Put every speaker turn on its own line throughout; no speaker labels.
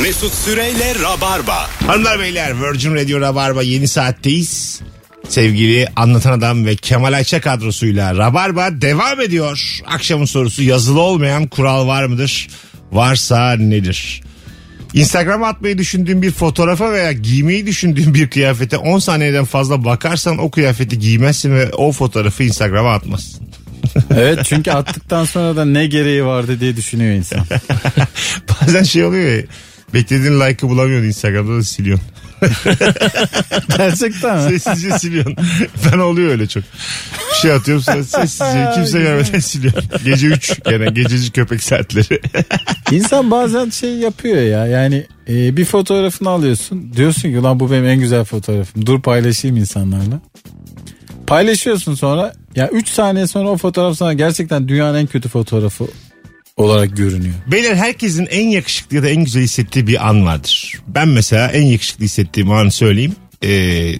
Mesut Süreyle Rabarba.
Hanımlar beyler Virgin Radio Rabarba yeni saatteyiz. Sevgili Anlatan Adam ve Kemal Ayça kadrosuyla Rabarba devam ediyor. Akşamın sorusu yazılı olmayan kural var mıdır? Varsa nedir? Instagram'a atmayı düşündüğün bir fotoğrafa veya giymeyi düşündüğün bir kıyafete 10 saniyeden fazla bakarsan o kıyafeti giymezsin ve o fotoğrafı Instagram'a atmazsın.
Evet çünkü attıktan sonra da ne gereği vardı diye düşünüyor insan.
Bazen şey oluyor ya beklediğin like'ı bulamıyorsun Instagram'da da siliyorsun.
Gerçekten
Şey-
mi?
Sessizce siliyorsun. Ben oluyor öyle çok. Bir şey atıyorum sonra sessizce kimse görmeden siliyorum. Gece 3 gene gececi köpek saatleri.
İnsan bazen şey yapıyor ya yani e, bir fotoğrafını alıyorsun diyorsun ki lan bu benim en güzel fotoğrafım dur paylaşayım insanlarla. Paylaşıyorsun sonra ya 3 saniye sonra o fotoğraf sana gerçekten dünyanın en kötü fotoğrafı olarak görünüyor.
Beyler herkesin en yakışıklı ya da en güzel hissettiği bir an vardır. Ben mesela en yakışıklı hissettiğim anı söyleyeyim. Ee,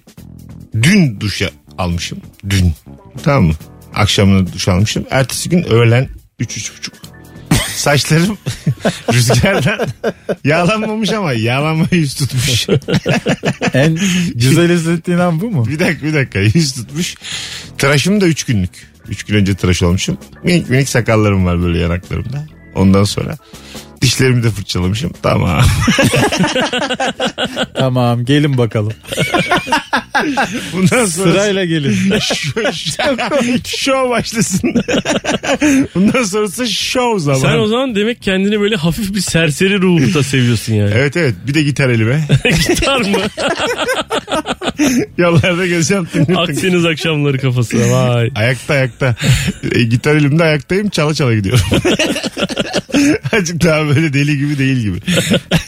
dün duş almışım. Dün. Tamam mı? Akşamına duş almışım. Ertesi gün öğlen 3-3.30. Saçlarım rüzgardan yağlanmamış ama yağlanmayı yüz tutmuş.
En güzel hissettiğin an bu mu?
Bir dakika bir dakika yüz tutmuş. Tıraşım da 3 günlük. 3 gün önce tıraş olmuşum. Minik minik sakallarım var böyle yanaklarımda. Ondan sonra dişlerimi de fırçalamışım. Tamam.
Tamam gelin bakalım.
Bundan sonra
Sırayla gelin.
Şov- şov başlasın. Bundan sonrası şov zamanı.
Sen o zaman demek kendini böyle hafif bir serseri ruhta seviyorsun yani.
Evet evet bir de gitar elime.
Gitar mı?
Yollarda gezeceğim. tıngır tıngır.
Akdeniz akşamları kafasına vay.
Ayakta ayakta. E, gitar elimde ayaktayım çala çala gidiyorum. Azıcık daha böyle deli gibi değil gibi.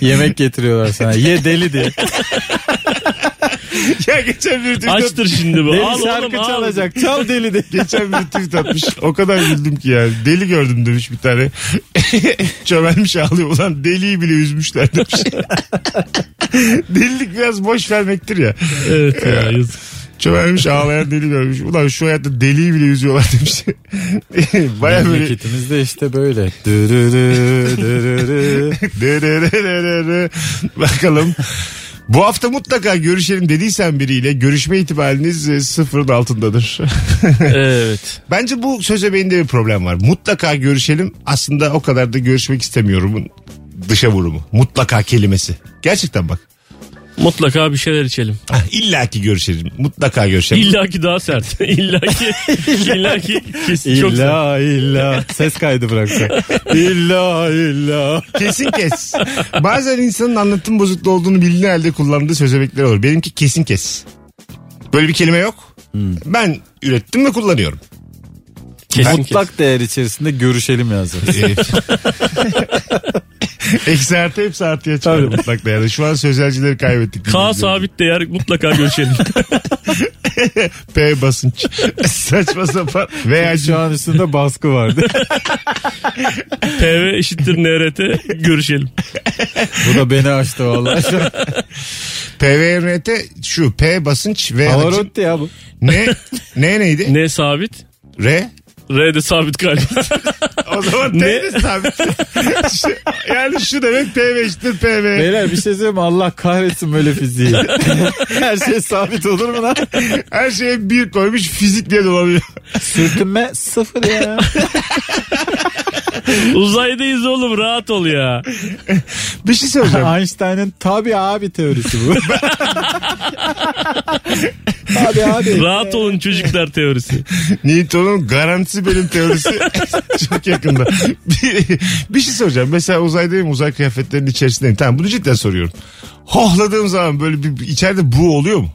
Yemek getiriyorlar sana. Ye deli diye.
Ya geçen bir tweet
Açtır şimdi bu.
Deli
Al
şarkı
oğlum al.
çalacak. Çal deli diye.
Geçen bir tweet atmış. O kadar güldüm ki yani. Deli gördüm demiş bir tane. Çömelmiş ağlıyor. Ulan deliyi bile üzmüşler demiş. Delilik biraz boş vermektir ya.
Evet ya yazık.
Çömelmiş ağlayan deli görmüş. Ulan şu hayatta deliyi bile üzüyorlar demiş. Baya böyle
Memleketimiz de işte böyle. Dürürü, dürürü.
Dırırırırırı. Bakalım. Bu hafta mutlaka görüşelim dediysen biriyle görüşme ihtimaliniz e, sıfırın altındadır.
Evet.
Bence bu söz ebeğinde bir problem var. Mutlaka görüşelim aslında o kadar da görüşmek istemiyorum dışa vurumu. Mutlaka kelimesi. Gerçekten bak.
Mutlaka bir şeyler içelim.
Ah, İlla ki görüşelim. Mutlaka görüşelim.
İlla ki daha sert. İlla ki. illa ki. Kesin çok sert.
İlla illa. Ses kaydı bıraksak. İlla illa.
Kesin kes. Bazen insanın anlatım bozukluğu olduğunu bildiği halde kullandığı söz bebekleri olur. Benimki kesin kes. Böyle bir kelime yok.
Hmm.
Ben ürettim ve kullanıyorum.
Kesin
Mutlak değer içerisinde görüşelim yazdım.
Ee, Eksi artı hepsi artıya çıkıyor
Tabii.
mutlak değerli. Şu an sözelcileri kaybettik.
K sabit değer mutlaka görüşelim.
P basınç. Saçma sapan. Veya
Şu an üstünde baskı vardı.
PV eşittir NRT görüşelim.
Bu da beni açtı vallahi. Şu an-
PVRT şu P basınç ve hacim.
Pavarotti ya bu.
Ne? Ne neydi?
N sabit.
R.
R de sabit galiba.
O zaman T
Ne?
de sabit. Şu- yani şu demek P eşittir PV.
Beyler bir şey söyleyeyim mi? Allah kahretsin böyle fiziği. Her şey sabit olur mu lan?
Her şeye bir koymuş fizik diye dolanıyor.
Sürtünme sıfır ya.
Uzaydayız oğlum rahat ol ya.
Bir şey söyleyeceğim.
Einstein'ın tabi abi teorisi bu. tabi abi.
Rahat olun çocuklar teorisi.
Newton'un garantisi benim teorisi çok yakında. Bir, bir şey soracağım. Mesela uzaydayım uzay kıyafetlerinin içerisindeyim. Tamam bunu cidden soruyorum. Hohladığım zaman böyle bir, bir- içeride bu oluyor mu?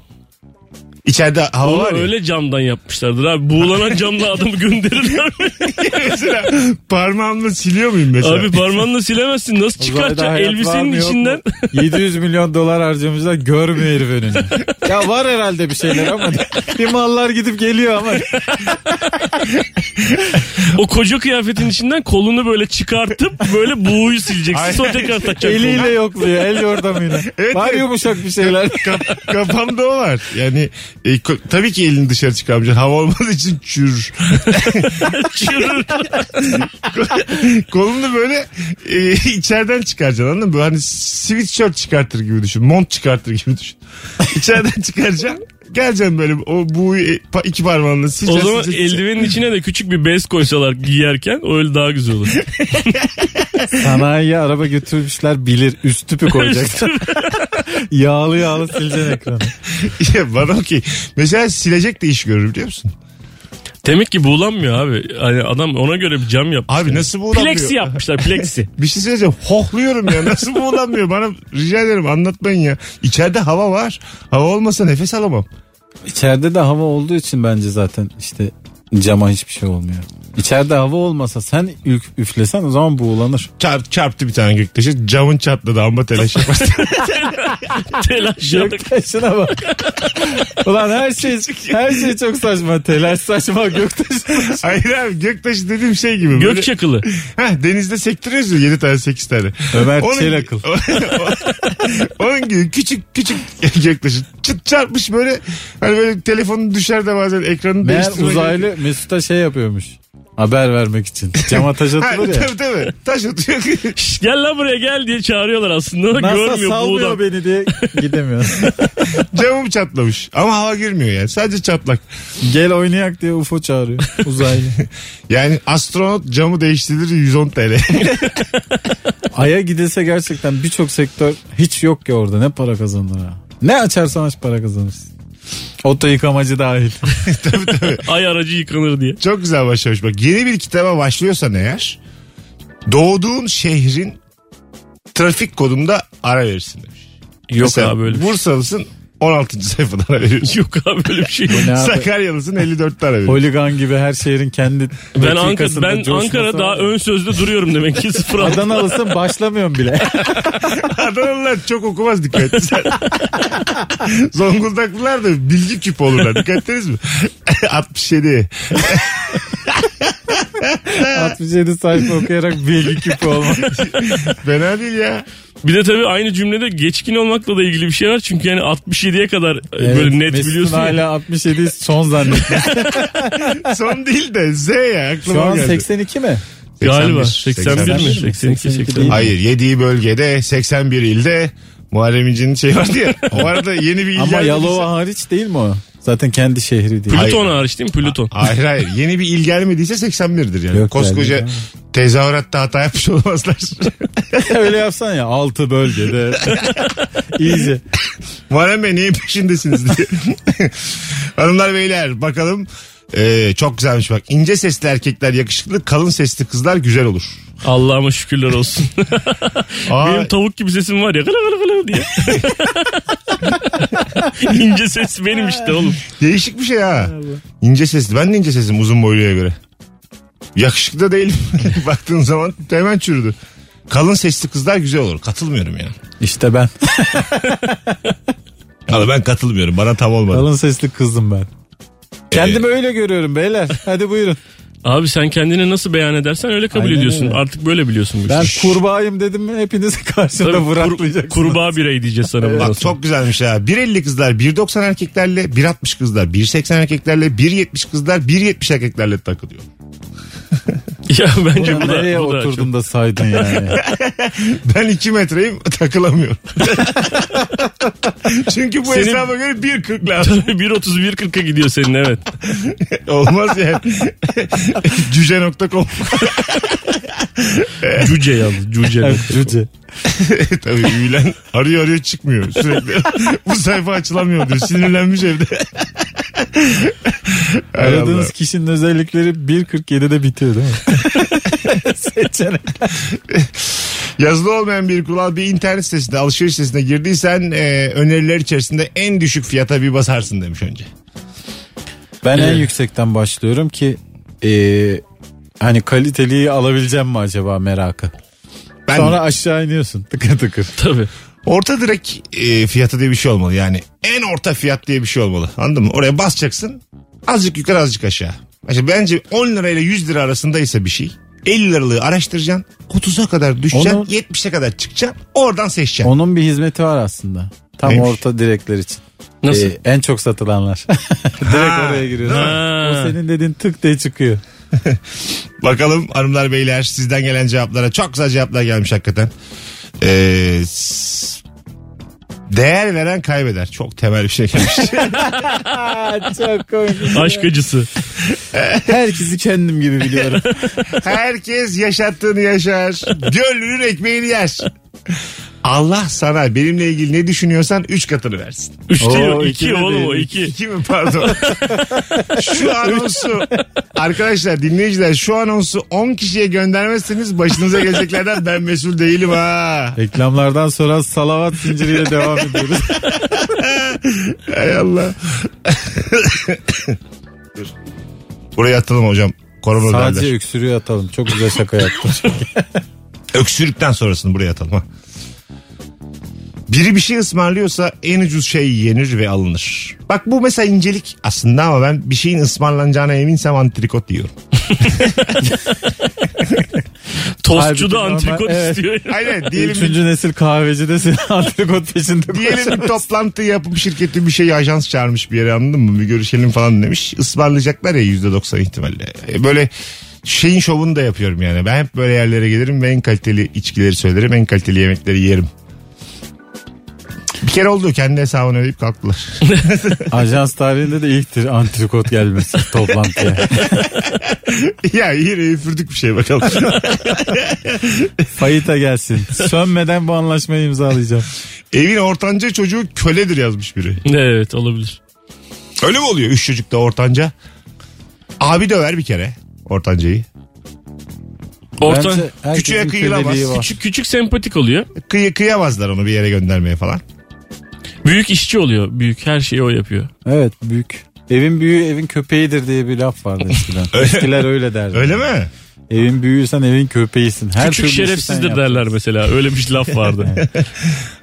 İçeride hava
Onu
var ya.
öyle camdan yapmışlardır abi. Buğulanan camla adamı gönderirler.
Mesela parmağımla siliyor muyum mesela?
abi parmağınla silemezsin. Nasıl çıkartacaksın elbisenin içinden?
700 milyon dolar harcamışlar görmüyor herif önünü. ya var herhalde bir şeyler ama bir mallar gidip geliyor ama.
o koca kıyafetin içinden kolunu böyle çıkartıp böyle buğuyu sileceksin. Sonra tekrar takacaksın.
Eliyle yokluyor el yordamıyla.
Evet,
var
evet.
yumuşak bir şeyler.
Kap- kafamda o var. Yani E, ko- tabii ki elini dışarı çıkarmayacaksın. Hava olmadığı için çür.
Çürür.
Kolunu böyle e, içeriden çıkaracaksın anladın mı? Böyle Hani sweatshirt çıkartır gibi düşün. Mont çıkartır gibi düşün. İçeriden çıkaracaksın. Geleceksin böyle o bu e, iki parmağınla
o
sileceksin.
zaman
sileceksin.
eldivenin içine de küçük bir bez koysalar giyerken öyle daha güzel olur.
Sanayiye araba götürmüşler bilir. Üst tüpü koyacaksın. yağlı yağlı sileceksin ekranı.
Ya bana okey. Mesela silecek de iş görür biliyor musun?
Demek ki buğulanmıyor abi. Hani adam ona göre bir cam yapmış.
Abi
yani.
nasıl buğulanmıyor?
Plexi yapmışlar plexi.
Bir şey söyleyeceğim. Hohluyorum ya. Nasıl buğulanmıyor? Bana rica ederim anlatmayın ya. İçeride hava var. Hava olmasa nefes alamam.
İçeride de hava olduğu için bence zaten işte cama hiçbir şey olmuyor. İçeride hava olmasa sen ülk- üflesen o zaman buğulanır.
Çarp, çarptı bir tane göktaşı. Camın çatladı ama telaş yapar.
Telaş yok.
Göktaşına bak. Ulan her şey her şey çok saçma. Telaş saçma göktaş. saçma.
Hayır abi göktaşı dediğim şey gibi. Böyle-
Gök çakılı.
Heh, denizde sektiriyoruz ya 7 tane 8 tane.
Ömer Çelakıl.
onun gibi küçük küçük göktaşı çıt çarpmış böyle hani böyle telefonun düşer de bazen ekranı
Meğer
değiştirmek.
uzaylı Mesut'a şey yapıyormuş. Haber vermek için. Cama taş
Ha,
atılır ya.
tabii tabii. Taş atıyor.
Şş, gel lan buraya gel diye çağırıyorlar aslında. ama
NASA
Görmüyor
salmıyor
buğulan.
beni diye gidemiyor.
Camım çatlamış. Ama hava girmiyor yani. Sadece çatlak.
Gel oynayak diye UFO çağırıyor uzaylı.
Yani astronot camı değiştirilir 110 TL.
Ay'a gidilse gerçekten birçok sektör hiç yok ya orada. Ne para kazanır ha. Ne açarsan aç para kazanırsın. Oto yıkamacı dahil.
Ay aracı yıkanır diye.
Çok güzel başlamış bak. Yeni bir kitaba başlıyorsan eğer doğduğun şehrin trafik kodunda ara verirsin demiş.
Yok
Mesela
abi öyle bir
Bursalısın 16. sayfada ara veriyorsun.
şey. Yok abi öyle bir şey. yok.
Ne yapar?
Sakaryalısın 54 ara veriyorsun.
Holigan gibi her şehrin kendi
Ben Ankara,
dakikasında
ben
coşması
Ankara daha
var.
ön sözde duruyorum demek ki sıfır altı.
Adanalısın başlamıyorum bile.
Adanalılar çok okumaz dikkat et. sen. Zonguldaklılar da bilgi küpü olurlar. Dikkat ettiniz mi? 67.
67 sayfa okuyarak bilgi küpü olmak.
Fena değil ya.
Bir de tabii aynı cümlede geçkin olmakla da ilgili bir şey var. Çünkü yani 67'ye kadar e, böyle net
Mesut'un
biliyorsun. ya.
hala 67 son zannettim.
Son değil de Z ya aklıma
Şu an
geldi.
82 mi?
Galiba
81,
81, mi?
81 mi? 82.
82, 82.
Hayır yediği bölgede 81 ilde Muharrem İnce'nin şey vardı ya. O arada yeni bir il
Ama
geldi.
şey-
Yalova hariç değil mi o? Zaten kendi şehri değil.
Hayır.
Plüton hariç değil mi? Plüton.
Hayır hayır yeni bir il gelmediyse 81'dir yani.
Yok,
Koskoca
geldi.
tezahüratta hata yapmış olmazlar.
Öyle yapsan ya 6 bölgede. İyice.
Muharrem Bey neyin peşindesiniz diye. Hanımlar beyler bakalım. Ee, çok güzelmiş bak. İnce sesli erkekler yakışıklı, kalın sesli kızlar güzel olur.
Allah'ıma şükürler olsun.
Aa,
Benim tavuk gibi sesim var ya. Gıla gıla gıla diye. İnce ses benim işte oğlum.
değişik bir şey ha. İnce sesli. Ben de ince sesim uzun boyluya göre. Yakışıklı da değilim. Baktığın zaman hemen çürüdü. Kalın sesli kızlar güzel olur. Katılmıyorum yani.
İşte ben.
Ama ben katılmıyorum. Bana tam olmadı.
Kalın sesli kızım ben. Kendimi öyle görüyorum beyler. Hadi buyurun.
Abi sen kendini nasıl beyan edersen öyle kabul
Aynen
ediyorsun.
öyle.
Artık böyle biliyorsun bu işi.
Ben kurbağayım dedim mi hepinizi karşımda
Tabii kur,
bıraklayacaksınız.
kurbağa birey diyeceğiz sana bundan
Bak
sonra.
çok güzelmiş ha. 1.50 kızlar 1.90 erkeklerle 1.60 kızlar 1.80 erkeklerle 1.70 kızlar 1.70 erkeklerle takılıyor.
Ya bence
Ulan
bu da,
nereye
bu da çok-
oturdun da saydın yani.
Ben 2 metreyim takılamıyorum. Çünkü bu
Senin-
hesaba göre 1.40 lazım.
1.30-1.40'a gidiyor senin evet.
Olmaz yani. Cüce.com
Cüce yalnız cüce.
Evet, Cüce.
Tabii üyülen arıyor arıyor çıkmıyor sürekli. bu sayfa açılamıyor diyor. Sinirlenmiş evde. Hay
Aradığınız
Allah.
kişinin özellikleri 1.47'de bitiyor değil mi? Seçenek.
Yazılı olmayan bir kural bir internet sitesinde alışveriş sitesine girdiysen e, öneriler içerisinde en düşük fiyata bir basarsın demiş önce.
Ben en
Evet.
yüksekten başlıyorum ki e, hani kaliteliyi alabileceğim mi acaba merakı.
Ben
Sonra aşağı iniyorsun tıkır tıkır.
Tabii.
orta direk e, fiyatı diye bir şey olmalı yani. En orta fiyat diye bir şey olmalı. Anladın mı? Oraya basacaksın. Azıcık yukarı azıcık aşağı. İşte bence 10 lirayla 100 lira arasındaysa bir şey. 50 liralığı araştıracaksın. 30'a kadar düşeceksin.
Onu-
70'e kadar çıkacaksın. Oradan seçeceksin.
Onun bir hizmeti var aslında. Tam
Neymiş?
orta direkler için.
Nasıl?
Ee, en çok satılanlar. Direkt
Ha,
oraya giriyorsun.
değil
O
mi?
senin dediğin tık diye çıkıyor.
Bakalım hanımlar beyler sizden gelen cevaplara. Çok güzel cevaplar gelmiş hakikaten. Ee, s- değer veren kaybeder. Çok temel bir şey gelmiş.
çok komik.
Aşk acısı.
Herkesi kendim gibi biliyorum.
Herkes yaşattığını yaşar. Gönlünün ekmeğini yer. Allah sana benimle ilgili ne düşünüyorsan 3 katını versin.
Üç
Oo,
değil o.
iki
iki
de
oğlum o
değil.
iki.
2 mi pardon? şu anonsu arkadaşlar dinleyiciler şu anonsu 10 kişiye göndermezseniz başınıza geleceklerden ben mesul değilim ha.
Reklamlardan sonra salavat zinciriyle devam ediyoruz.
Hay Allah. Dur. Buraya atalım hocam. Korona
Sadece
derler.
öksürüğü atalım. Çok güzel şaka yaptım.
Öksürükten sonrasını buraya atalım ha. Biri bir şey ısmarlıyorsa en ucuz şey yenir ve alınır. Bak bu mesela incelik aslında ama ben bir şeyin ısmarlanacağına eminsem antrikot diyorum.
Tostçu da
Halbuki
antrikot
normal- evet.
istiyor.
Aynen diyelim bir,
Üçüncü nesil kahvecide seni antrikot peşinde
diyelim bir
koşar.
toplantı yapıp şirketi bir şey ajans çağırmış bir yere anladın mı? Bir görüşelim falan demiş. Ismarlayacaklar ya %90 ihtimalle. E, Böyle şeyin şovunu da yapıyorum yani. Ben hep böyle yerlere gelirim ve en kaliteli içkileri söylerim. En kaliteli yemekleri yerim. Bir kere oldu kendi hesabını ödeyip kalktılar.
Ajans tarihinde de ilktir antrikot gelmesi toplantıya.
ya yine üfürdük bir şey bakalım.
Fayita gelsin. Sönmeden bu anlaşmayı imzalayacağım.
Evin ortanca çocuğu köledir yazmış biri.
Evet olabilir.
Öyle mi oluyor? Üç çocuk da ortanca. Abi döver bir kere ortancayı.
Orta,
Bence herkesin
Küçüğe kıyılamaz.
köleliği var.
küçük, küçük sempatik oluyor.
Kıy kıyamazlar onu bir yere göndermeye falan.
Büyük işçi oluyor. Büyük her şeyi o yapıyor.
Evet büyük. Evin büyüğü evin köpeğidir diye bir laf vardı eskiden. Eskiler öyle derdi.
Öyle mi?
Evin büyüğüsen evin köpeğisin. Her
küçük
türlü işi sen
şerefsizdir
yap.
derler mesela. Öyle bir laf vardı.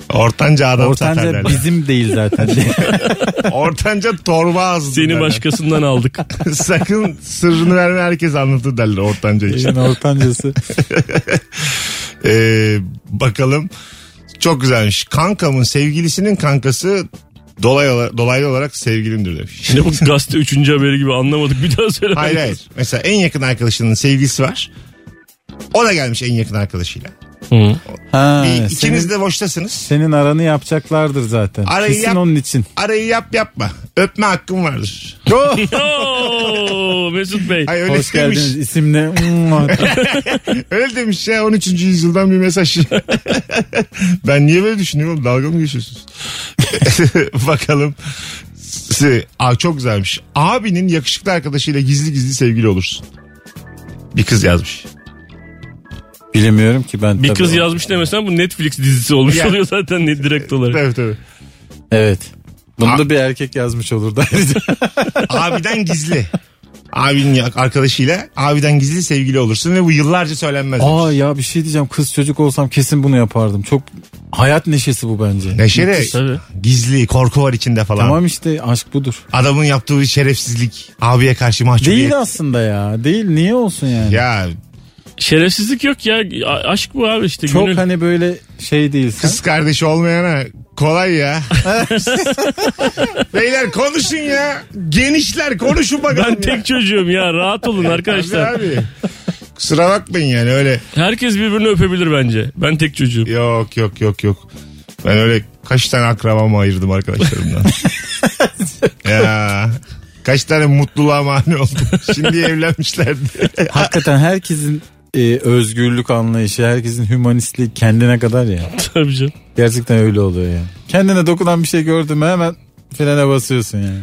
Ortanca adam satar
Ortanca
derler.
bizim değil zaten.
Ortanca torba ağzı.
Seni
derler.
başkasından aldık.
Sakın sırrını verme herkes anlatır derler ortanca için.
Evin ortancası.
Ee, bakalım. Çok güzelmiş. Kankamın sevgilisinin kankası dolay ola- dolaylı olarak sevgilimdir demiş.
Şimdi bu gazete 3. haberi gibi anlamadık. Bir daha söyle.
Hayır hayır. Mesela en yakın arkadaşının sevgilisi var. O da gelmiş en yakın arkadaşıyla.
Hı.
Ha,
Bir,
senin,
ikiniz de boştasınız.
senin aranı yapacaklardır zaten.
Arayı
Kesin
yap-
onun için.
Arayı yap yapma. Öpme hakkım vardır.
Oo, Mesut Bey.
Hayır öyle
Oh! Hoş
demiş.
geldiniz isimle. Hmm,
Öyle demiş ya 13. yüzyıldan bir mesaj. ben niye böyle düşünüyorum? oğlum? Dalga mı geçiyorsunuz? Bakalım. S- Aa, çok güzelmiş. Abinin yakışıklı arkadaşıyla gizli gizli sevgili olursun. Bir kız yazmış.
Bilmiyorum ki ben.
Bir
tabii
kız
o-
yazmış demesen bu Netflix dizisi olmuş
Ya.
oluyor zaten net direkt olarak.
Evet evet.
Evet. Bunu
Ha-
da bir erkek yazmış olur da.
Abiden gizli. Abinin yak- arkadaşıyla abiden gizli sevgili olursun ve bu yıllarca söylenmez. demiş.
Aa ya bir şey diyeceğim. Kız çocuk olsam kesin bunu yapardım. Çok hayat neşesi bu bence.
Neşe de
Tabii.
gizli korku var içinde falan.
Tamam işte aşk budur.
Adamın yaptığı bir şerefsizlik abiye karşı mahcubiyet.
Değil aslında ya. Değil niye olsun yani?
Ya
Şerefsizlik yok ya. A- aşk bu abi işte.
Çok
gönül.
hani böyle şey değil. sen.
Kız kardeşi olmayana kolay ya. Beyler konuşun ya. Genişler konuşun bakalım.
Ben
ya.
tek çocuğum ya rahat olun arkadaşlar.
Abi, abi. Kusura bakmayın yani öyle.
Herkes birbirini öpebilir bence. Ben tek çocuğum.
Yok yok yok yok. Ben öyle kaç tane akrabamı ayırdım arkadaşlarımdan. ya. Kaç tane mutluluğa mani oldum. Şimdi evlenmişler diye.
Hakikaten herkesin e, özgürlük anlayışı, herkesin hümanistliği kendine kadar ya.
Tabii canım.
Gerçekten öyle oluyor ya. Kendine dokunan bir şey gördün mü hemen frene basıyorsun yani.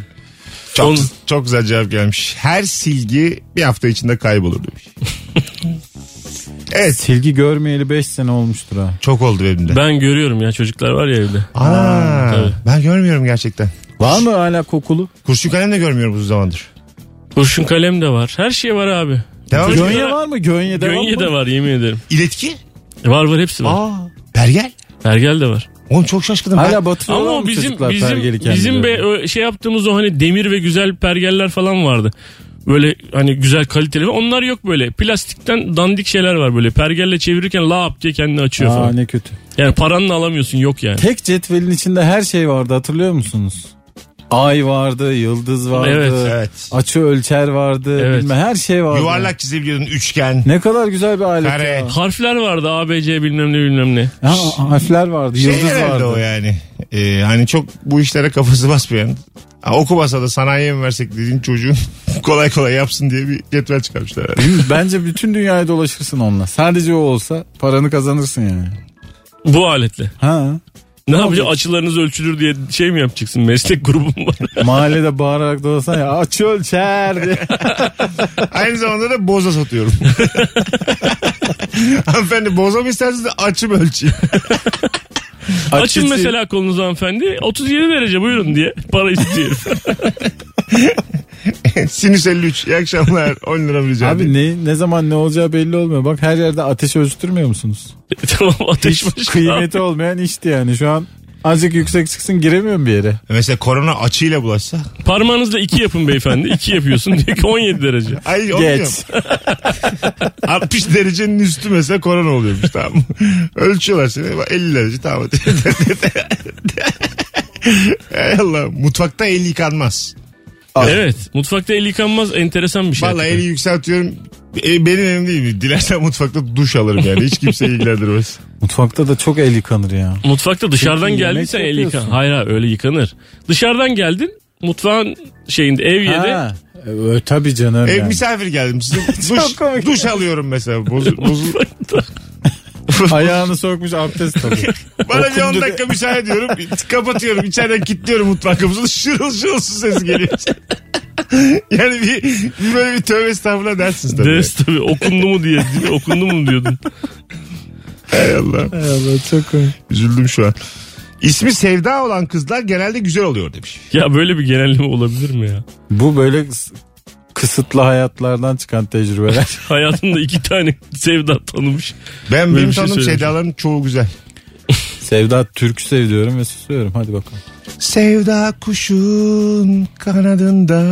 Çok,
Son-
çok güzel cevap gelmiş. Her silgi bir hafta içinde kaybolur demiş. evet
Silgi görmeyeli 5 sene olmuştur ha.
çok oldu benim de.
Ben görüyorum ya çocuklar var ya evde.
Aa,
tabii.
ben görmüyorum gerçekten.
Var mı hala kokulu?
Kurşun kalem de görmüyorum uzun zamandır.
Kurşun kalem de var. Her şey var abi.
Devam ediyor.
Gönye var mı? Gönye de var mı?
Gönye de var yemin ederim.
İletki.
Var var hepsi var.
Aa,
Pergel.
Ergel de var.
Oğlum çok şaşkınım.
hala
Ama
batırıyorlar
o
mı
bizim
çocuklar pergeli
bizim
kendileri?
bizim be, ö- şey yaptığımız o hani demir ve güzel pergeller falan vardı. Böyle hani güzel kaliteli. ve Onlar yok böyle. Plastikten dandik şeyler var böyle. Pergelle çevirirken lap diye kendini açıyor
Aa,
falan.
ne kötü.
Yani paranla alamıyorsun yok yani.
Tek cetvelin içinde her şey vardı hatırlıyor musunuz? Ay vardı, yıldız vardı.
Evet,
evet.
Açı ölçer vardı.
Evet.
Bilmem her şey vardı.
Yuvarlak çizebiliyordun üçgen.
Ne kadar güzel bir alet.
Kare.
ya.
Harfler vardı A, B, C bilmem ne bilmem ne.
Ha, harfler vardı,
Şey
yıldız
herhalde
vardı.
o yani. Ee, hani çok bu işlere kafası basmayan. Ha, okumasa da sanayiye mi versek dediğin çocuğun kolay kolay yapsın diye bir cetvel çıkarmışlar. herhalde.
Değil mi? Bence bütün dünyayı dolaşırsın onunla. Sadece o olsa paranı kazanırsın yani.
Bu aletle.
Ha.
Ne yapacaksın? Açılarınız ölçülür diye şey mi yapacaksın? Meslek grubum var.
Mahallede bağırarak dolaşsan ya aç ölçer diye.
Aynı zamanda da boza satıyorum. Hanımefendi boza mı istersiniz de açım ölçeyim.
Açısı-
Açın mesela kolunuzu hanımefendi. 37 derece buyurun diye para istiyorum.
Sinüs 53. İyi akşamlar. 10 lira rica
Abi
Abi,
ne, ne zaman ne olacağı belli olmuyor. Bak her yerde ateş ölçtürmüyor musunuz?
tamam ateş
Hiç
başı.
kıymeti olmayan işti yani. Şu an azıcık yüksek çıksın giremiyorum bir yere.
Mesela korona açıyla bulaşsa.
Parmağınızla 2 yapın beyefendi. 2 yapıyorsun diyor ki 17 derece.
Ay olmuyor.
Geç.
60 derecenin üstü mesela korona oluyormuş tamam mı? Ölçüyorlar seni. Bak, 50 derece tamam. Hay Allah mutfakta el yıkanmaz.
Evet. Mutfakta el yıkanmaz enteresan bir şey.
Vallahi eli yükseltiyorum. E, benim elim değil. Dilersen mutfakta duş alırım yani. Hiç kimse ilgilendirmez.
Mutfakta da çok el yıkanır ya.
Mutfakta dışarıdan
Çünkü yemek
geldiysen el
yapıyorsun.
yıkan. Hayır hayır, öyle yıkanır. Dışarıdan geldin mutfağın şeyinde ev yedi.
Ha. E, tabii canım.
Ev
yani.
misafir geldim. Sizin duş,
komik.
duş alıyorum mesela. Bozu, bozu,
Ayağını sokmuş abdest tabii.
Bana bir
Okundu
10
de-
dakika müsaade ediyorum. Kapatıyorum. İçeriden kilitliyorum mutfak kapısını. Şırıl şırıl su sesi geliyor. yani bir, bir böyle bir tövbe estağfurullah dersiniz tabii.
Ders tabii okundu mu diye okundu mu diyordun.
Hay Allah.
Ay Allah, çok komik.
Üzüldüm şu an. İsmi Sevda olan kızlar genelde güzel oluyor demiş.
Ya böyle bir genelleme olabilir mi ya?
Bu böyle kıs- kısıtlı hayatlardan çıkan tecrübeler.
Hayatında iki tane sevda tanımış.
Ben benim
bir şey
tanıdığım
söylemiş.
Sevdaların çoğu güzel.
Sevda Türk'ü seviyorum ve susuyorum. Hadi bakalım.
Sevda kuşun kanadında.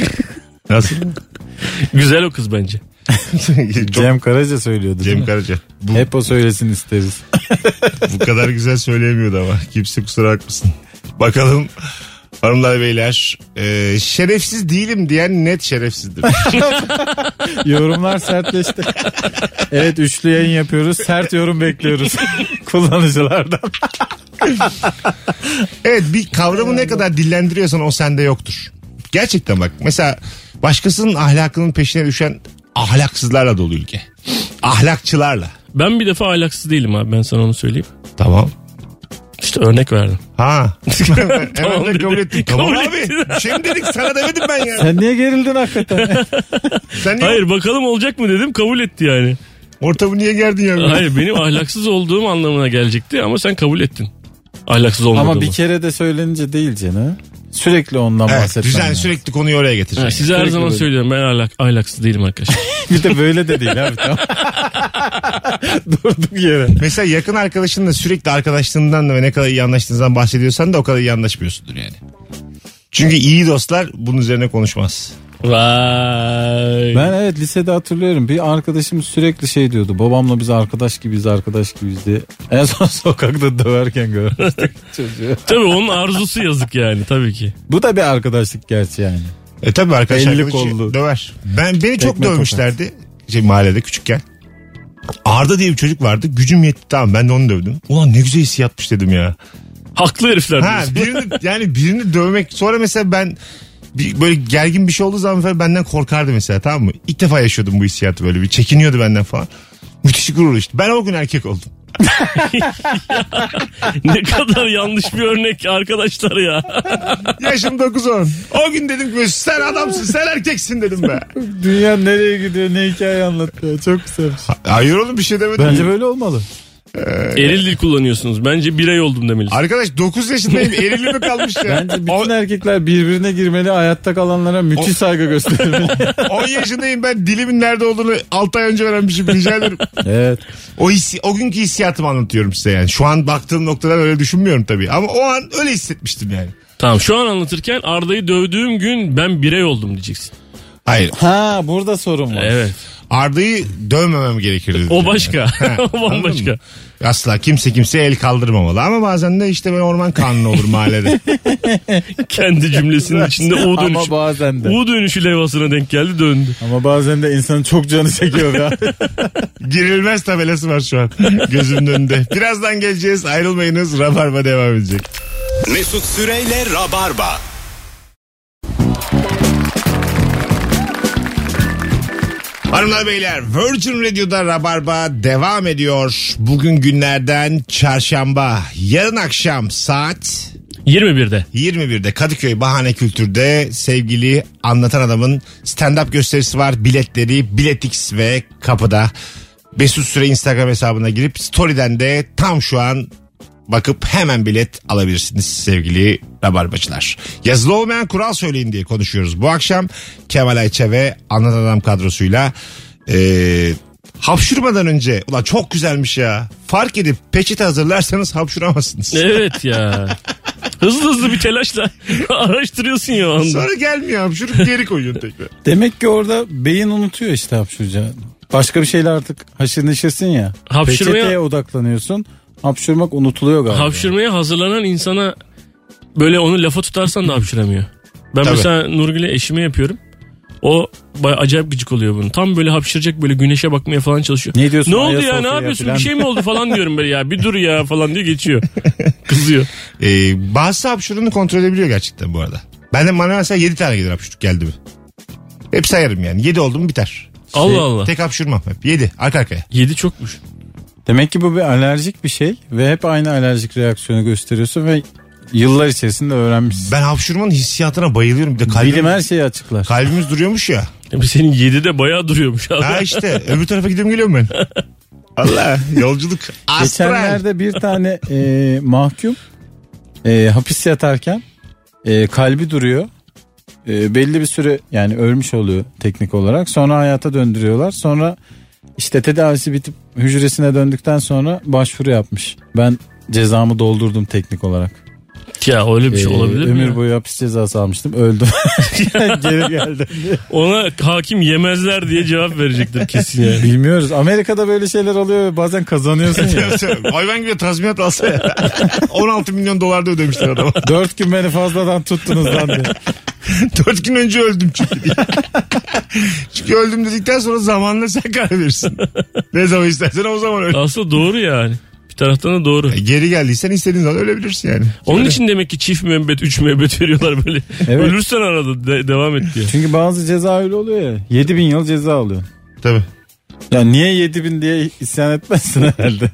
Nasıl?
Güzel o kız bence.
E, Çok
Cem Karaca söylüyordu değil
Cem
mi?
Karaca. Bu,
Hep o söylesin isteriz.
bu kadar güzel söyleyemiyordu ama. Kimse kusura bakmasın. Bakalım hanımlar beyler. Ee, şerefsiz değilim diyen net şerefsizdir.
Yorumlar sertleşti. evet üçlü yayın yapıyoruz. Sert yorum bekliyoruz kullanıcılardan.
Evet bir kavramı ne kadar dillendiriyorsan o sende yoktur. Gerçekten bak mesela başkasının ahlakının peşine düşen ahlaksızlarla dolu ülke. Ahlakçılarla.
Ben bir defa ahlaksız değilim abi ben sana onu söyleyeyim.
Tamam.
İşte örnek verdim.
Ha. Hemen
Tamam
de
dedi.
kabul ettim. Tamam
Kabul
abi.
ettin.
Bir şey mi dedik sana demedim ben ya.
Sen niye gerildin hakikaten?
Sen niye,
Hayır bakalım olacak mı dedim kabul etti yani.
ortamı niye gerdin ya?
Hayır benim ahlaksız olduğum anlamına gelecekti ama sen kabul ettin. Ahlaksız olmadığımı.
Ama bir kere de söylenince değil canım. Sürekli ondan
Evet,
bahsetmem.
düzen
lazım.
sürekli konuyu oraya getireceksin.
Ha, size her
Sürekli
zaman
böyle.
söylüyorum ben ahlak, ahlaksız değilim arkadaşlar.
Bir de böyle de değil abi tamam. Durduk yere.
Mesela yakın arkadaşınla sürekli arkadaşlığından da ve ne kadar iyi anlaştığınızdan bahsediyorsan da o kadar iyi anlaşmıyorsundur yani. Çünkü iyi dostlar bunun üzerine konuşmaz.
Vay.
Ben evet lisede hatırlıyorum bir arkadaşım sürekli şey diyordu babamla biz arkadaş gibiyiz arkadaş gibiyiz diye. En son sokakta döverken görmüştük çocuğu.
Tabii onun arzusu yazık yani tabii ki.
Bu da bir arkadaşlık gerçi yani.
E tabii arkadaşlar
Belli
konuşuyor.
kollu.
döver. Ben beni çok
Tekme
dövmüşlerdi şey, mahallede küçükken. Arda diye bir çocuk vardı. Gücüm yetti tamam ben de onu dövdüm. Ulan ne güzel hissiyatmış dedim ya.
Haklı herifler
Ha
diyorsun.
birini yani birini dövmek sonra mesela ben bir- böyle gergin bir şey olduğu zaman falan benden korkardı mesela tamam mı? İlk defa yaşıyordum bu hissiyatı böyle bir çekiniyordu benden falan. Müthiş gurur işte. Ben o gün erkek oldum.
ne kadar yanlış bir örnek arkadaşlar ya.
Yaşım 9-10. O gün dedim ki "Mesut, sen adamsın sen erkeksin dedim be.
Dünya nereye gidiyor ne hikaye anlatıyor çok güzel.
Hayır oğlum bir şey demedim.
Bence böyle olmalı.
Eril dil kullanıyorsunuz. Bence birey oldum demelisin.
Arkadaş 9 yaşındayım erili mi kalmış ya?
Bence bütün erkekler birbirine girmeli hayatta kalanlara müthiş saygı göstermeli.
10 yaşındayım ben dilimin nerede olduğunu 6 ay önce öğrenmişim rica ederim.
evet.
O, hissi, o günkü hissiyatımı anlatıyorum size yani. Şu an baktığım noktadan öyle düşünmüyorum tabii. Ama o an öyle hissetmiştim yani.
Tamam şu an anlatırken Arda'yı dövdüğüm gün ben birey oldum diyeceksin.
Hayır
Ha burada sorun var.
Evet.
Arda'yı dövmemem gerekirdi.
O başka. o
Anladın
bambaşka.
mı? Asla kimse kimseye el kaldırmamalı ama bazen de işte böyle orman kanunu olur mahallede.
Kendi cümlesinin içinde U
Ama
dönüşü.
bazen de.
U dönüşü levhasına denk geldi döndü.
Ama bazen de insanın çok canı çekiyor ya.
Girilmez tabelası var şu an gözümün önünde. Birazdan geleceğiz ayrılmayınız Rabarba devam edecek.
Mesut Süreyle Rabarba.
Hanımlar beyler Virgin Radio'da Rabarba devam ediyor. Bugün günlerden çarşamba yarın akşam saat
21'de.
21'de Kadıköy Bahane Kültür'de sevgili anlatan adamın stand-up gösterisi var. Biletleri Biletix ve kapıda. Mesut Süre Instagram hesabına girip story'den de tam şu an bakıp hemen bilet alabilirsiniz sevgili rabarbacılar. Yazılı olmayan kural söyleyin diye konuşuyoruz. Bu akşam Kemal Ayça ve Anlatan Adam kadrosuyla eee hapşurmadan önce ulan çok güzelmiş ya fark edip peçete hazırlarsanız hapşuramazsınız.
Evet ya. Hızlı hızlı bir telaşla araştırıyorsun ya o anda.
Sonra gelmiyor hapşurup geri koyuyorsun tekrar.
Demek ki orada beyin unutuyor işte hapşuracağını. Başka bir şeyle artık haşır neşirsin ya.
Hapşırmaya-
Peçeteye odaklanıyorsun. Hapşurmak unutuluyor galiba.
Hapşırmaya hazırlanan insana böyle onu lafa tutarsan da hapşıramıyor. Ben
Tabii.
mesela Nurgül'e eşime yapıyorum. O baya acayip gıcık oluyor bunun. Tam böyle hapşıracak böyle güneşe bakmaya falan çalışıyor.
Ne diyorsun,
Ne oldu ya
Ayasofya
ne yapıyorsun
falan.
bir şey mi oldu falan diyorum böyle ya bir dur ya falan diyor geçiyor. Kızıyor.
Şey,
Ee, bazısı hapşurunu kontrol edebiliyor gerçekten bu arada. Ben de bana mesela 7 tane gelir hapşuruk geldi mi? Hep sayarım yani. 7 oldu mu biter.
Allah Allah.
Tek hapşurmam hep. 7 arka arkaya.
Yedi çokmuş.
Demek ki bu bir alerjik bir şey ve hep aynı alerjik reaksiyonu gösteriyorsun ve yıllar içerisinde öğrenmişsin.
Ben hapşurmanın hissiyatına bayılıyorum. Bir de kalbim,
Bilim her şey. şeyi açıklar.
kalbimiz duruyormuş ya.
Tabii Senin yedi de bayağı duruyormuş.
Ha işte öbür tarafa gidiyorum geliyorum ben. Allah yolculuk. Astral.
Geçenlerde bir tane e, mahkum e, hapis yatarken e, kalbi duruyor. E, belli bir süre yani ölmüş oluyor teknik olarak. Sonra hayata döndürüyorlar. Sonra işte tedavisi bitip hücresine döndükten sonra başvuru yapmış. Ben cezamı doldurdum teknik olarak.
Ya öyle bir şey
E,
olabilir mi?
ömür
ya?
boyu hapis cezası almıştım. Öldüm. Geri geldim.
Ona hakim yemezler diye cevap verecektir kesin yani.
Bilmiyoruz. Amerika'da böyle şeyler oluyor ve bazen kazanıyorsun ya.
Hayvan gibi tazminat alsa ya. 16 milyon dolar da ödemişler adama.
Dört gün beni fazladan tuttunuz lan diye.
Dört gün önce öldüm çünkü diye. çünkü öldüm dedikten sonra zamanla sen karar verirsin. ne zaman istersen o zaman öl.
Aslında doğru yani. Bir taraftan da doğru.
E, Geri geldiysen istediğin zaman ölebilirsin yani.
Onun için demek ki çift müebbet, üç müebbet veriyorlar böyle.
Evet.
Ölürsen arada de- devam et diye.
Çünkü bazı ceza öyle oluyor ya. 7000 yıl ceza alıyor.
Tabii.
Ya niye 7000 diye isyan etmezsin herhalde.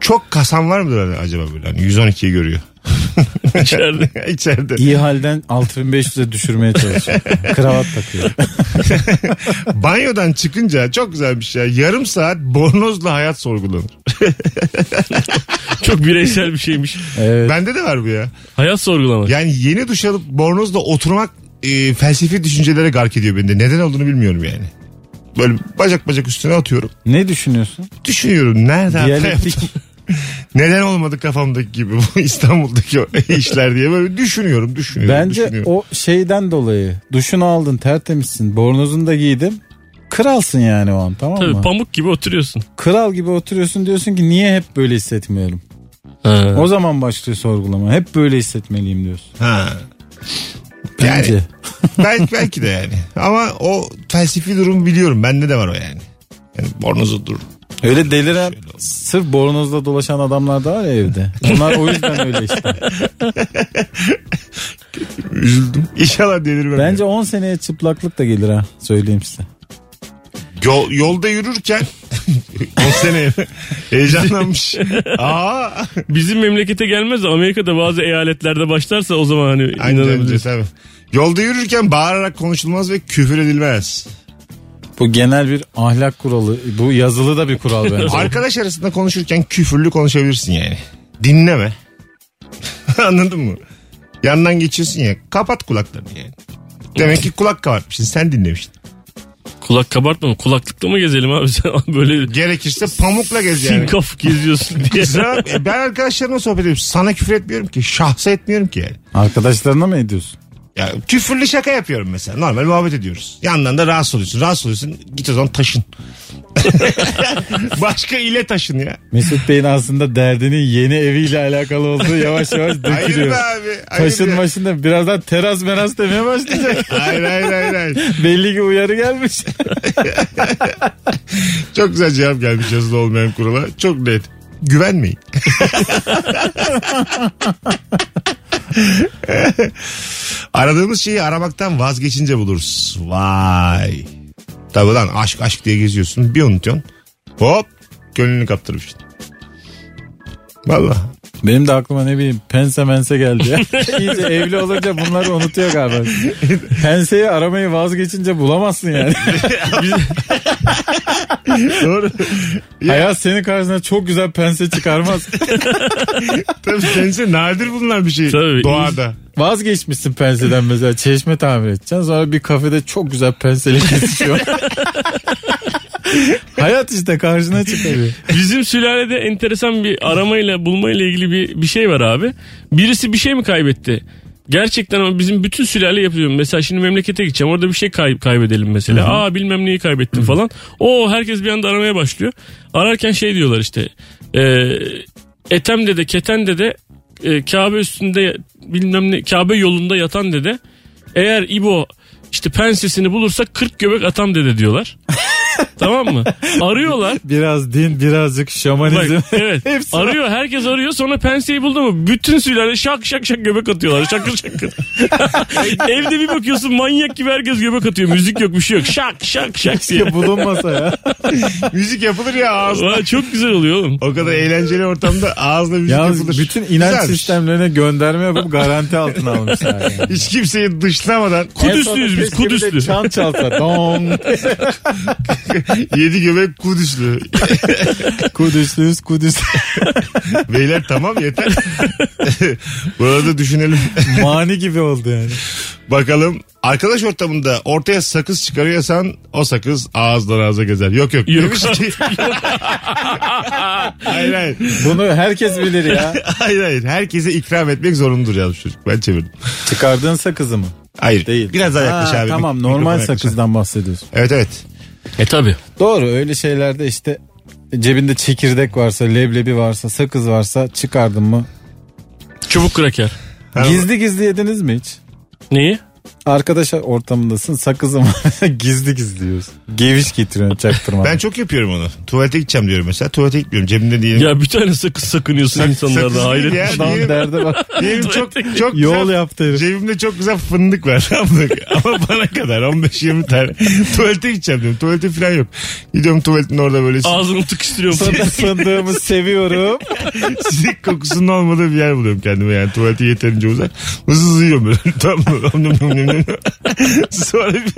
Çok kasan var mıdır hani acaba böyle? Hani 112'yi görüyor.
İçeride.
İçeride.
İyi halden 6500'e düşürmeye çalışıyor. Kravat takıyor.
Banyodan çıkınca çok güzelmiş ya. Yarım saat bornozla hayat sorgulanır.
Çok bireysel bir şeymiş.
Evet.
Bende de var bu ya.
Hayat sorgulamak.
Yani yeni duş alıp bornozla oturmak e, felsefi düşüncelere gark ediyor bende. Neden olduğunu bilmiyorum yani. Böyle bacak bacak üstüne atıyorum.
Ne düşünüyorsun?
Düşünüyorum nerede hata
Diyalektik.
yaptım? Neden olmadı kafamdaki gibi bu İstanbul'daki o işler diye böyle düşünüyorum düşünüyorum.
Bence
düşünüyorum.
o şeyden dolayı. Duşunu aldın tertemizsin. Bornozunu da giydin. Kralsın yani o an tamam
Tabii
mı?
pamuk gibi oturuyorsun.
Kral gibi oturuyorsun diyorsun ki niye hep böyle hissetmiyorum? O zaman başlıyor sorgulama. Hep böyle hissetmeliyim diyorsun.
Ha. Yani-
Bence.
belki, belki de yani. Ama o felsefi durumu biliyorum. Bende de var o yani. Yani bornozu dur.
Öyle deliren sırf bornozla dolaşan adamlar da var ya evde. Onlar o yüzden öyle işte.
Üzüldüm. İnşallah delirmem.
Bence
ya.
10 seneye çıplaklık da gelir ha söyleyeyim size.
Yol- yolda yürürken 10 sene heyecanlanmış. Aa,
Bizim memlekete gelmez de Amerika'da bazı eyaletlerde başlarsa o zaman hani
Anca önce
inanabiliriz.
tabii. Yolda yürürken bağırarak konuşulmaz ve küfür edilmez.
Bu genel bir ahlak kuralı. Bu yazılı da bir kural bence.
Arkadaş arasında konuşurken küfürlü konuşabilirsin yani. Dinleme. Anladın mı? Yandan geçiyorsun ya. Kapat kulaklarını yani. Demek ki kulak kabartmışsın. Sen dinlemiştin.
Kulak kabartma mı? Kulaklıkla mı gezelim abi sen böyle
Gerekirse pamukla gez yani.
sinkaf geziyorsun diye.
Kusura bakma. E, ben arkadaşlarımla sohbet ediyorum. Sana küfür etmiyorum ki. Şahsa etmiyorum ki yani.
Arkadaşlarına mı ediyorsun?
Ya, küfürlü şaka yapıyorum mesela. Normal muhabbet ediyoruz. Yandan da rahatsız oluyorsun. Rahatsız oluyorsun. Git o zaman taşın. Başka ile taşın ya.
Mesut Bey'in aslında derdinin yeni eviyle alakalı olduğu yavaş yavaş
Hayır
dökülüyor.
be abi. Hayır
Taşın
be.
başında birazdan teras meras demeye başlayacak.
Hayır hayır hayır. hayır.
Belli ki uyarı gelmiş.
Çok güzel cevap gelmiş yazılı olmayan kurala. Çok net. Güvenmeyin. Aradığımız şeyi aramaktan vazgeçince buluruz. Vay. Tabi lan aşk aşk diye geziyorsun. Bir unutuyorsun. Hop gönlünü kaptırmışsın. Valla.
Benim de aklıma ne bileyim pense mense geldi ya. İyice evli olunca bunları unutuyor galiba. Penseyi aramayı vazgeçince bulamazsın yani.
Doğru.
Hayat senin karşına çok güzel pense çıkarmaz.
Tabii kendisi nadir bulunan bir şey.
Tabii.
Doğada.
Vazgeçmişsin penseden mesela çeşme tamir edeceksin. Sonra bir kafede çok güzel penseli kesişiyor. Hayat işte karşına çıkıyor.
Bizim sülalede enteresan bir aramayla bulmayla ilgili bir, bir şey var abi. Birisi bir şey mi kaybetti? Gerçekten ama bizim bütün sülale yapıyorum. Mesela şimdi memlekete gideceğim orada bir şey kay- kaybedelim mesela. Aa bilmem neyi kaybettim falan. O herkes bir anda aramaya başlıyor. Ararken şey diyorlar işte. E, Etem dede, Keten dede, e, Kabe üstünde bilmem ne, Kabe yolunda yatan dede. Eğer İbo işte pensesini bulursa 40 göbek atam dede diyorlar. tamam mı? Arıyorlar.
Biraz din birazcık
Bak,
şamanizm.
evet.
Hepsi var.
arıyor herkes arıyor sonra penseyi buldu mu bütün sülale şak şak şak göbek atıyorlar şakır şakır. Evde bir bakıyorsun manyak gibi herkes göbek atıyor müzik yok bir şey yok şak şak şak diye.
Ya şey bulunmasa ya.
Müzik yapılır ya ağızla.
Vay, çok güzel oluyor oğlum.
O kadar eğlenceli ortamda ağızla müzik yapılır.
Yalnız bütün inanç
Güzelmiş.
sistemlerine gönderme yapıp garanti altına almışlar. Yani.
Hiç kimseyi dışlamadan
Kudüslüyüz biz
Keşke bir de
Kudüslü.
Çan çalsa. Dong.
yedi göbek Kudüslü.
Kudüslüyüz Kudüs.
Beyler tamam yeter. Burada düşünelim.
Mani gibi oldu yani.
Bakalım arkadaş ortamında ortaya sakız çıkarıyorsan o sakız ağızdan ağza gezer. Yok yok.
Yok.
Demiş ki- hayır hayır.
Bunu herkes bilir ya.
Hayır hayır. Herkese ikram etmek zorundadır yazmış çocuk. Ben çevirdim.
Çıkardığın sakızı mı?
Hayır.
Değil.
Biraz daha yaklaş
Ha,
abi.
Tamam
Mik- mikrofona
normal
yaklaş.
sakızdan bahsediyorsun.
Evet evet.
E tabi.
Doğru öyle şeylerde işte cebinde çekirdek varsa, leblebi varsa, sakız varsa çıkardın mı?
Çubuk kraker.
Ha,
Gizli gizli yediniz mi hiç?
Neyi?
Arkadaş ortamındasın sakızım gizli gizli yiyorsun. Geviş getiriyorsun çaktırma.
Ben çok yapıyorum onu. Tuvalete gideceğim diyorum mesela. Tuvalete gitmiyorum. Cebimde diyelim.
Ya bir tane sakız sakınıyorsun
Sak- sakız
insanlarda
değil
hayret.
ya.
Adam
Diyelim-
derde bak.
Diyelim çok çok
Yol
güzel-
yaptı herif.
Cebimde çok güzel fındık var. tamam mı? Ama bana kadar 15-20 tane. Tuvalete gideceğim diyorum. Tuvalete falan yok. Gidiyorum tuvaletin orada böyle
Ağzını tıkıştırıyorum.
Sandı- Sandığımı seviyorum.
sinek kokusunun olmadığı bir yer buluyorum kendime yani. Tuvalete yeterince uzak. Hızlı hızlı yiyorum böyle. tamam mı? Om nom nom nom nom. Sonra bir,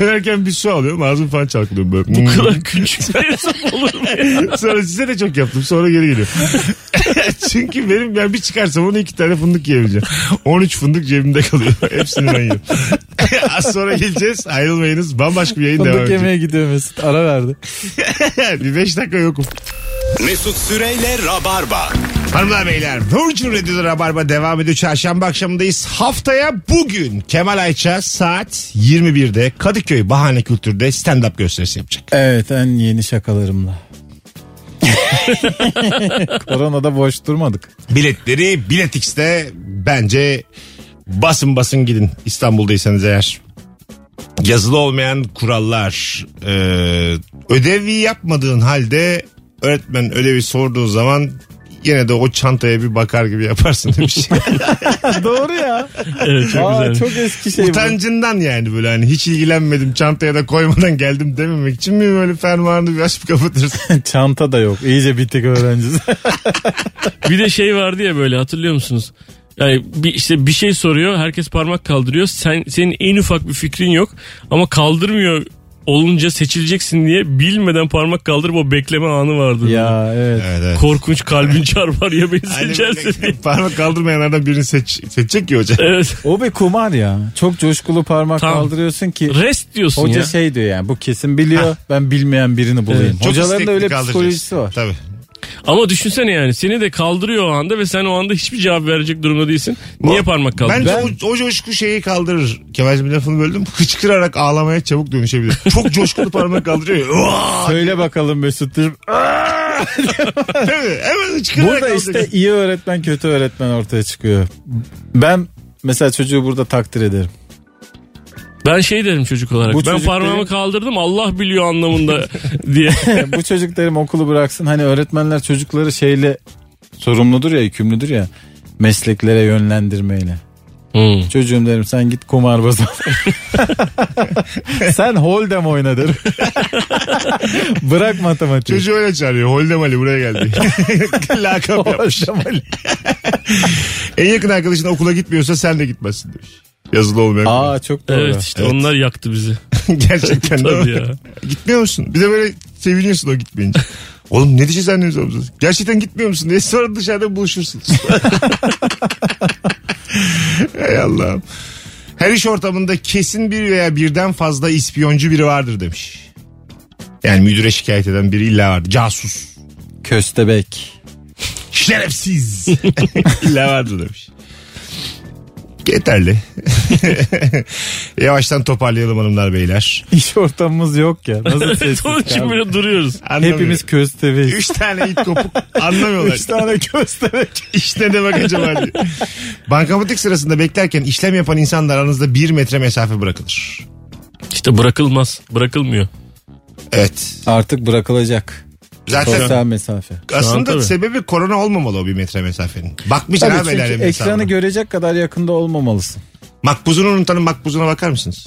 dönerken bir su alıyorum. Ağzım falan çalkalıyorum böyle. Hmm.
Bu kadar küçük bir hesap olur mu ya?
Sonra size de çok yaptım. Sonra geri geliyor. Çünkü benim ben bir çıkarsam onu iki tane fındık yiyebileceğim. 13 fındık cebimde kalıyor. Hepsini ben yiyorum. Az sonra geleceğiz. Ayrılmayınız. Bambaşka bir yayın devam
Fındık
edecek.
yemeye gidiyor Mesut. Ara verdi.
bir 5 dakika yokum.
Mesut Süreyle Rabarba.
Hanımlar beyler Virgin Radio'da Rabarba devam ediyor. Çarşamba akşamındayız. Haftaya bugün Kemal Ayça saat 21'de Kadıköy Bahane Kültür'de stand-up gösterisi yapacak.
Evet en yeni şakalarımla. Koronada boş durmadık.
Biletleri Bilet X'te bence basın basın gidin İstanbul'daysanız eğer. Yazılı olmayan kurallar. Ee, ödevi yapmadığın halde öğretmen ödevi sorduğu zaman yine de o çantaya bir bakar gibi yaparsın demiş.
Doğru ya.
Evet çok
Aa,
güzel.
çok eski şey bu.
Utancından yani böyle hani hiç ilgilenmedim çantaya da koymadan geldim dememek için mi böyle fermuarını bir açıp kapatırsın?
Çanta da yok. İyice bitik öğrenciyiz.
Bir de şey vardı ya böyle hatırlıyor musunuz? Yani bir, işte bir şey soruyor herkes parmak kaldırıyor. Sen senin en ufak bir fikrin yok ama kaldırmıyor olunca seçileceksin diye bilmeden parmak kaldırıp o bekleme anı vardı.
ya evet.
evet evet.
Korkunç kalbin çarpar ya beni
Hani
seçersin
böyle
diye.
parmak kaldırmayanlardan birini seç, seçecek ki hoca.
Evet.
O bir kumar ya. Çok coşkulu parmak
Tam.
kaldırıyorsun ki
Rest diyorsun
hoca
ya.
şey diyor yani bu kesin biliyor. Ben bilmeyen birini bulayım.
Çok
Hocaların da
istekli
öyle
kaldıracaksın.
psikolojisi var.
Tabii.
Ama düşünsene yani seni de kaldırıyor o anda ve sen o anda hiçbir cevap verecek durumda değilsin. Niye parmak kaldırıyorsun?
Bence o, o coşku şeyi kaldırır. Kemal'cim lafını böldüm. Hıçkırarak ağlamaya çabuk dönüşebilir. Çok coşkulu parmak kaldırıyor. Vaa!
Söyle bakalım Mesut'cum.
Değil mi? Hemen hıçkırarak
Burada işte iyi öğretmen kötü öğretmen ortaya çıkıyor. Ben mesela çocuğu burada takdir ederim.
Ben şey derim çocuk olarak.
Bu
ben
çocuk
parmağımı
derim-
kaldırdım Allah biliyor anlamında diye.
bu çocuk derim okulu bıraksın. Hani öğretmenler çocukları şeyle sorumludur ya, yükümlüdür ya. Mesleklere yönlendirmeyle.
Hmm.
Çocuğum derim sen git kumarbaz ol. sen holdem oyna derim. Bırak matematiği.
Çocuğu öyle çağırıyor. Holdem Ali buraya geldi. Lakap yapmış.
Holdem Ali.
En yakın arkadaşın okula gitmiyorsa sen de gitmezsin demiş. Yazılı olmayan.
Aa çok doğru.
Evet işte onlar yaktı bizi.
Gerçekten değil
Tabii
mi?
ya.
Gitmiyor musun? Bir de böyle seviniyorsun o gitmeyince. Oğlum ne diyeceğiz annemiz babamıza? Gerçekten gitmiyor musun diye sonra dışarıda buluşursunuz. Ey Allah'ım. Her iş ortamında kesin bir veya birden fazla ispiyoncu biri vardır demiş. Yani müdüre şikayet eden biri illa vardır. Casus.
Köstebek.
Şerefsiz. İlla vardır demiş. Yeterli. Yavaştan toparlayalım hanımlar beyler.
İş ortamımız yok ya. Nasıl sessiz
Onun için
kaldık?
böyle duruyoruz.
Anlamıyorum.
Hepimiz köstebeğiz.
Üç tane it kopuk anlamıyorlar.
Üç tane köstebek.
İşte ne bak acaba diye. Bankamatik sırasında beklerken işlem yapan insanla aranızda bir metre mesafe bırakılır.
İşte bırakılmaz. Bırakılmıyor.
Evet.
Artık bırakılacak.
Zaten
Sosyal mesafe.
aslında
tabii.
sebebi korona olmamalı o bir metre mesafenin. Bakmayacaksın
Tabii
abi
çünkü
helal
ekranı görecek kadar yakında olmamalısın.
Makbuzunu unutanın makbuzuna bakar mısınız?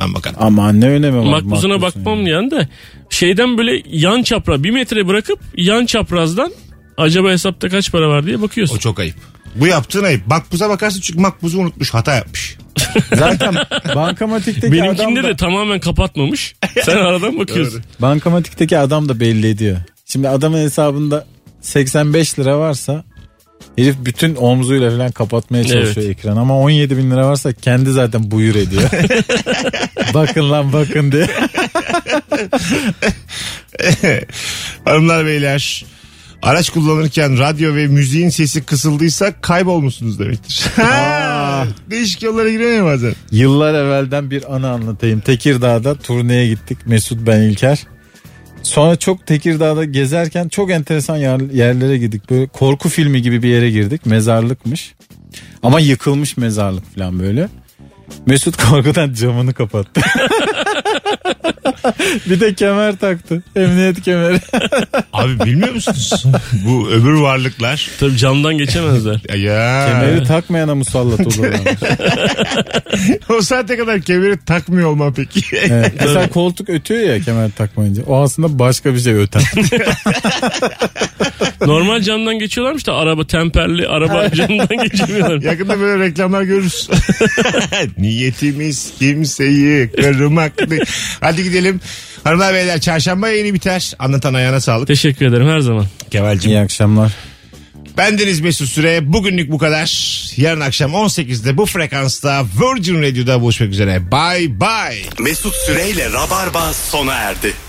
Ben bakarım.
Ama ne önemi var?
Makbuzuna
makbuzun
bakmam
ya.
yani de şeyden böyle yan çapraz bir metre bırakıp yan çaprazdan acaba hesapta kaç para var diye bakıyorsun.
O çok ayıp. Bu yaptığın ayıp. Makbuza bakarsın çünkü makbuzu unutmuş hata yapmış.
Zaten bankamatikteki adam
Benimkinde
da,
de tamamen kapatmamış. Sen aradan bakıyorsun.
bankamatikteki adam da belli ediyor. Şimdi adamın hesabında 85 lira varsa herif bütün omzuyla falan kapatmaya çalışıyor ekran ama 17 bin lira varsa kendi zaten buyur ediyor. bakın lan bakın diye.
Hanımlar beyler araç kullanırken radyo ve müziğin sesi kısıldıysa kaybolmuşsunuz demektir. Ha, Değişik yollara giriyor ya bazen.
Yıllar evvelden bir anı anlatayım. Tekirdağ'da turneye gittik. Mesut ben İlker. Sonra çok Tekirdağ'da gezerken çok enteresan yer- yerlere girdik. Böyle korku filmi gibi bir yere girdik. Mezarlıkmış. Ama yıkılmış mezarlık falan böyle. Mesut korkudan camını kapattı. bir de kemer taktı. Emniyet kemeri.
Abi bilmiyor musunuz? Bu öbür varlıklar.
Tabii camdan geçemezler.
Ya.
Kemeri takmayana musallat olurlar.
o saate kadar kemeri takmıyor olmam peki.
Evet. Mesela koltuk ötüyor ya kemer takmayınca. O aslında başka bir şey öter.
Normal camdan geçiyorlarmış da araba temperli araba camdan geçemiyorlar.
Yakında böyle reklamlar görürüz. Niyetimiz kimseyi kırmak değil. Hadi gidelim. Hanımlar beyler çarşamba yayını biter. Anlatan ayağına sağlık.
Teşekkür ederim her zaman.
Kemal'cim.
İyi akşamlar.
Bendeniz Mesut Süre. Bugünlük bu kadar. Yarın akşam 18'de bu frekansta Virgin Radio'da buluşmak üzere. Bye bye.
Mesut Süreyle Rabarba sona erdi.